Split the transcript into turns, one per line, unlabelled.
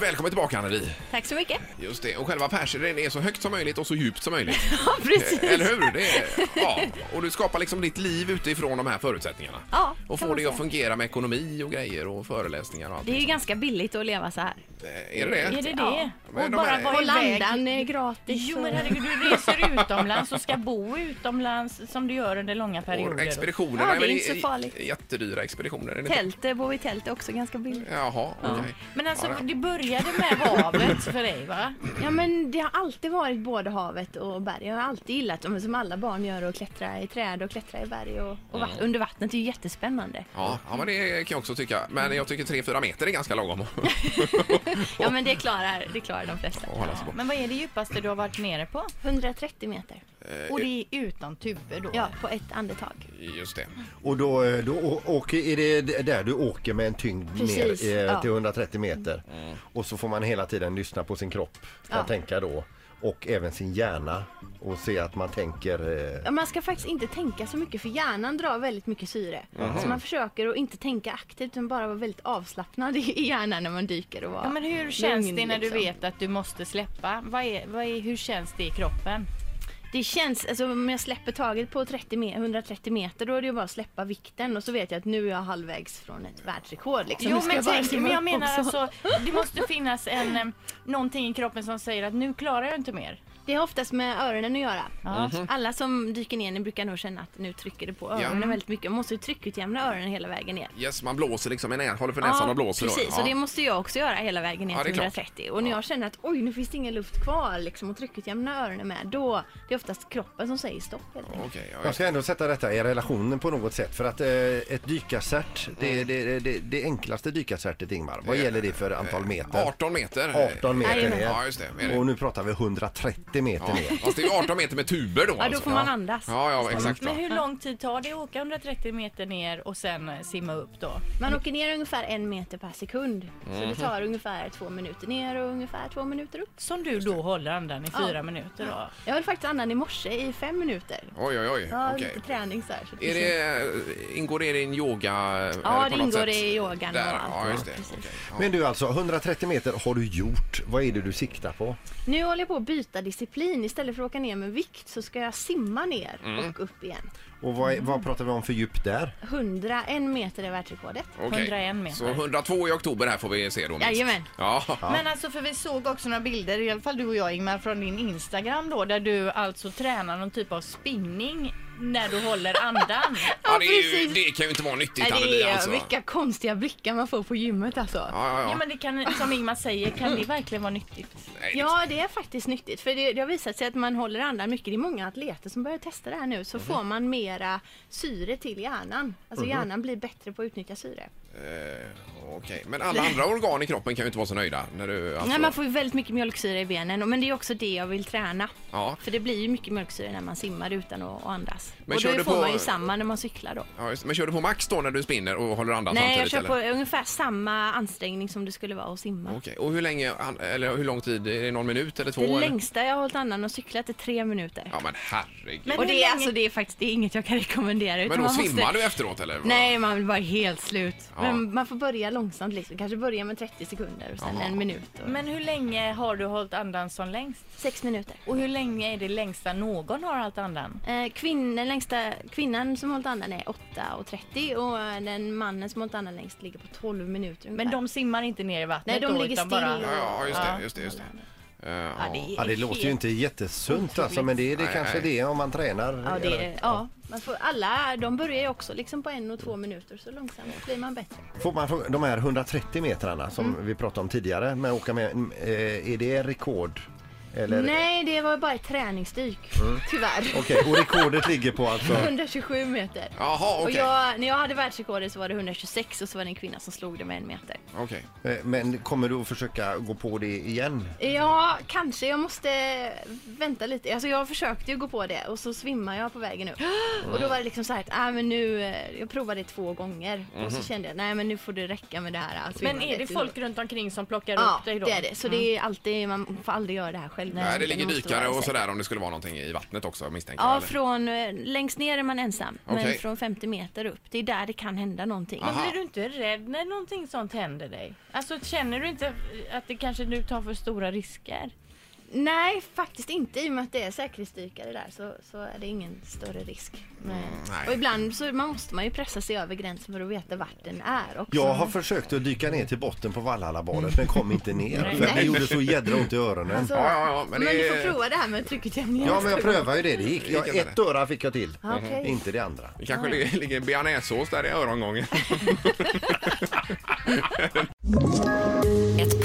Välkommen tillbaka Anneli.
Tack så mycket.
Just det, och själva persillen är så högt som möjligt och så djupt som möjligt.
Ja, precis.
Eller hur? Det är, ja. Och du skapar liksom ditt liv utifrån de här förutsättningarna.
Ja, kan
och får
man
det att
säga.
fungera med ekonomi och grejer och föreläsningar och allt.
Det är ju ganska billigt att leva så här.
Är det det?
Är det det?
Ja.
Men
Och
de
bara
här-
vara
Och
iväg.
landan är eh, gratis.
Jo
och-
men herregud, du reser utomlands och ska bo utomlands som du gör under långa
Och
perioder.
expeditionerna
Ja, det är
väl
inte så farligt.
jättedyra expeditioner. Är det inte?
Tält, bor i tält är också ganska billigt.
Jaha, okej.
Men alltså,
Ja, ja.
det började med havet för dig va?
Ja men det har alltid varit både havet och berg. Jag har alltid gillat, ja, men som alla barn gör, att klättra i träd och klättra i berg och, och vatt- under vattnet. Det är ju jättespännande.
Ja, ja, men det kan jag också tycka. Men jag tycker 3-4 meter är ganska lagom att
Ja men det klarar, det klarar de flesta.
att hålla sig på. Eh,
Men vad är det djupaste du har varit nere på?
130 meter.
Och det är utan tuber då?
Ja, på ett andetag.
Just det.
Och då, eh, då å- åker, är det d- där du åker med en tyngd
Precis,
ner eh,
ja. Mm.
till 130 meter.
Mm.
Och så får man hela tiden lyssna på sin kropp, kan jag tänka då. Och även sin hjärna och se att man tänker... Eh,
Ja, Man ska faktiskt inte tänka så mycket för hjärnan drar väldigt mycket syre. Så man försöker att inte tänka aktivt utan bara vara väldigt avslappnad i hjärnan när man dyker och vara
Ja, men hur känns
lugn,
det när du
liksom.
vet att du måste släppa? Vad är, vad är, hur känns det i kroppen?
Det känns, alltså om jag släpper taget på 30 me- 130 meter då är det ju bara att släppa vikten och så vet jag att nu är jag halvvägs från ett världsrekord liksom.
Jo
Nu ska
men,
jag bara
tänk,
kliva
men jag
upp
menar
också.
alltså, det måste finnas en, em, någonting i kroppen som säger att nu klarar jag inte mer.
Det har oftast med öronen att göra. Alla som dyker ner ni brukar nog känna att nu trycker det på öronen
Mm.
Ja.
väldigt mycket. Man måste ju tryckutjämna öronen hela vägen ner.
Yes, man blåser liksom i nä- håller för näsan och blåser. då.
precis,
ja.
och det måste jag också göra hela vägen ner
Ja, det är
till
klart.
130. Och när jag känner att oj, nu finns det ingen luft kvar liksom, och tryckutjämna öronen med, då det är oftast kroppen som säger stopp helt enkelt.
Okej, ja, ja.
Jag ska ändå sätta detta i relationen på något sätt för att eh, ett dykacert, det,
Mm.
det, det, det enklaste dykacertet Ingmar, vad gäller det för antal meter?
18 meter.
18 meter
Jajamän.
Eh, Ja, just det. Är
ner.
det.
Och nu pratar vi 130 meter
Ja.
ner.
Fast det är 18 meter med tuber då
Ja, då
alltså.
får man andas.
Ja, ja exakt.
Mm. Men
Ja.
hur lång tid tar det att åka 130 meter ner och sen eh, simma upp då?
Man åker ner ungefär en meter per sekund. Så
Mhm.
det tar ungefär två minuter ner och ungefär två minuter upp.
Som du då håller andan i
Ja.
fyra minuter då?
Jag höll faktiskt andan i morse i fem minuter.
Oj, oj, oj.
Ja,
Okej.
lite träning så här. Så
Är det, ingår det i din yoga?
Ja,
eller
det
på något
ingår
sätt?
i yogan och
Där,
allt.
Ja, just det.
Precis.
Okej, ja.
Men du alltså, 130 meter har du gjort. Vad är det du siktar på?
Nu håller jag på att byta disciplin. Istället för att åka ner med vikt så ska jag simma ner
Mm.
och upp igen.
Och vad, är,
Mm.
vad pratar vi om för djup där?
101 meter är världsrekordet.
Okej.
101 meter.
Så 102 i oktober här får vi se då. minst.
Jajamän.
Ja.
Men alltså för vi såg också några bilder, i alla fall du och jag Ingmar, från din Instagram då där du alltså tränar någon typ av spinning när du håller andan.
Ja, det, är ju,
precis.
det kan ju inte vara nyttigt
Nej,
Anneli
det är,
alltså.
Vilka konstiga blickar man får på gymmet alltså. Ja.
Ja, ja,
Ja
ja.
men det kan, som Ingmar säger, kan det verkligen vara nyttigt?
Nej,
det är faktiskt nyttigt för det, det har visat sig att man håller andan mycket. Det är många atleter som börjar testa det här nu
Mhm.
så får man mera syre till hjärnan. Alltså hjärnan blir bättre på att utnyttja syre.
Okej, men alla andra organ i kroppen kan ju inte vara så nöjda. När du, alltså,
Nej, man får ju väldigt mycket mjölksyra i benen och- men det är också det jag vill träna.
Ja.
För det blir ju mycket mjölksyra när man simmar utan att att andas.
Men
och
kör du
då får
på-
man ju samma när man cyklar då.
ja, just, men kör du på max då när du spinner och håller andan
Nej, jag
samtidigt?
kör på
eller?
ungefär samma ansträngning som det skulle vara att simma.
Okej, och hur länge, an- eller hur lång tid? Är det någon minut eller två?
Det
eller?
längsta jag har hållit andan och cyklat är tre minuter.
Ja, men herregud. Men,
Men
och
hur
det är,
länge-
alltså, det är faktiskt det är inget jag kan rekommendera. utan
då
man
svimmar
måste...
du efteråt eller? vad?
Nej, man blir bara helt slut.
Ja.
Men man får börja långsamt liksom. Kanske börja med 30 sekunder och sen
Ja.
en minut. Och...
Men hur länge har du hållit andan som längst?
Sex minuter.
Och hur länge är det längsta någon har hållit andan?
Eh, kvinn, den längsta kvinnan som hållit andan är 8.30 och eh, den mannen som hållit andan längst ligger på 12 minuter ungefär.
Men de simmar inte ner i
Nej,
vattnet
de
då,
ligger
utan
still.
Bara...
Ja, ja, just det.
Ja.
Just det, just det. Eh,
Ja, det,
ja.
är
Ja, det låter ju inte jättesunt alltså, men det är det
Nej,
kanske
nej.
det är om man tränar.
Ja, det
eller?
är, ja. Man får, alla de börjar ju också liksom på en och två minuter så långsamt blir man bättre.
Får man fråga, de här 130 metrarna som
Mm.
vi pratade om tidigare med att åka med, mm, eh, är det rekord? Eller?
Nej, det var bara ett träningsdyk.
Mm.
Tyvärr.
Okej, och rekordet ligger på alltså?
127 meter.
Jaha,
Och
okej.
jag, när jag hade världsrekordet så var det 126 och så var det en kvinna som slog det med en meter.
Okej.
Eh, Men kommer du att försöka gå på det igen?
Ja, kanske. Jag måste vänta lite. Alltså jag försökte ju gå på det och så svimmar jag på vägen upp. Och då var det liksom så här att, ah, men nu, eh, jag provade det två gånger. Och
Mhm.
så kände jag, nej men nu får det räcka med det här. Alltså,
Men är det folk runt omkring som plockar
Ja,
upp
det
dig då?
är det. Så det är alltid, man får aldrig göra det här själv.
själv.
Mm. Nej, det
Den
ligger
måste
dykare
vara i
och
sig.
sådär om det skulle vara någonting i vattnet också misstänker jag.
Ja,
eller?
från, eh, längst ner är man ensam, men
Okej.
från 50 meter upp. Det är där det kan hända någonting.
Aha.
Men blir du inte rädd när någonting sånt händer dig? Alltså känner du inte att det kanske du tar för stora risker?
Nej, faktiskt inte. I och med att det är säkerhetsdykare där så, så är det ingen större risk.
Mm, nej.
Och ibland så man måste man ju pressa sig över gränsen för att veta vart den är också.
Jag har försökt att dyka ner till botten på Valhallabadet men kom inte ner. För det
Mm. Nej.
gjorde så jädra ont i öronen.
Alltså,
Ja, ja, ja, men
men,
det
du
är-
får prova det här med tryckutjämningen.
Ja men jag prövade ju det, det gick.
gick
Jag,
inte
ett öra fick jag till.
Ja, okej.
Inte det andra.
Det kanske ligger, ligger bearnaisesås där i örongången.
Ett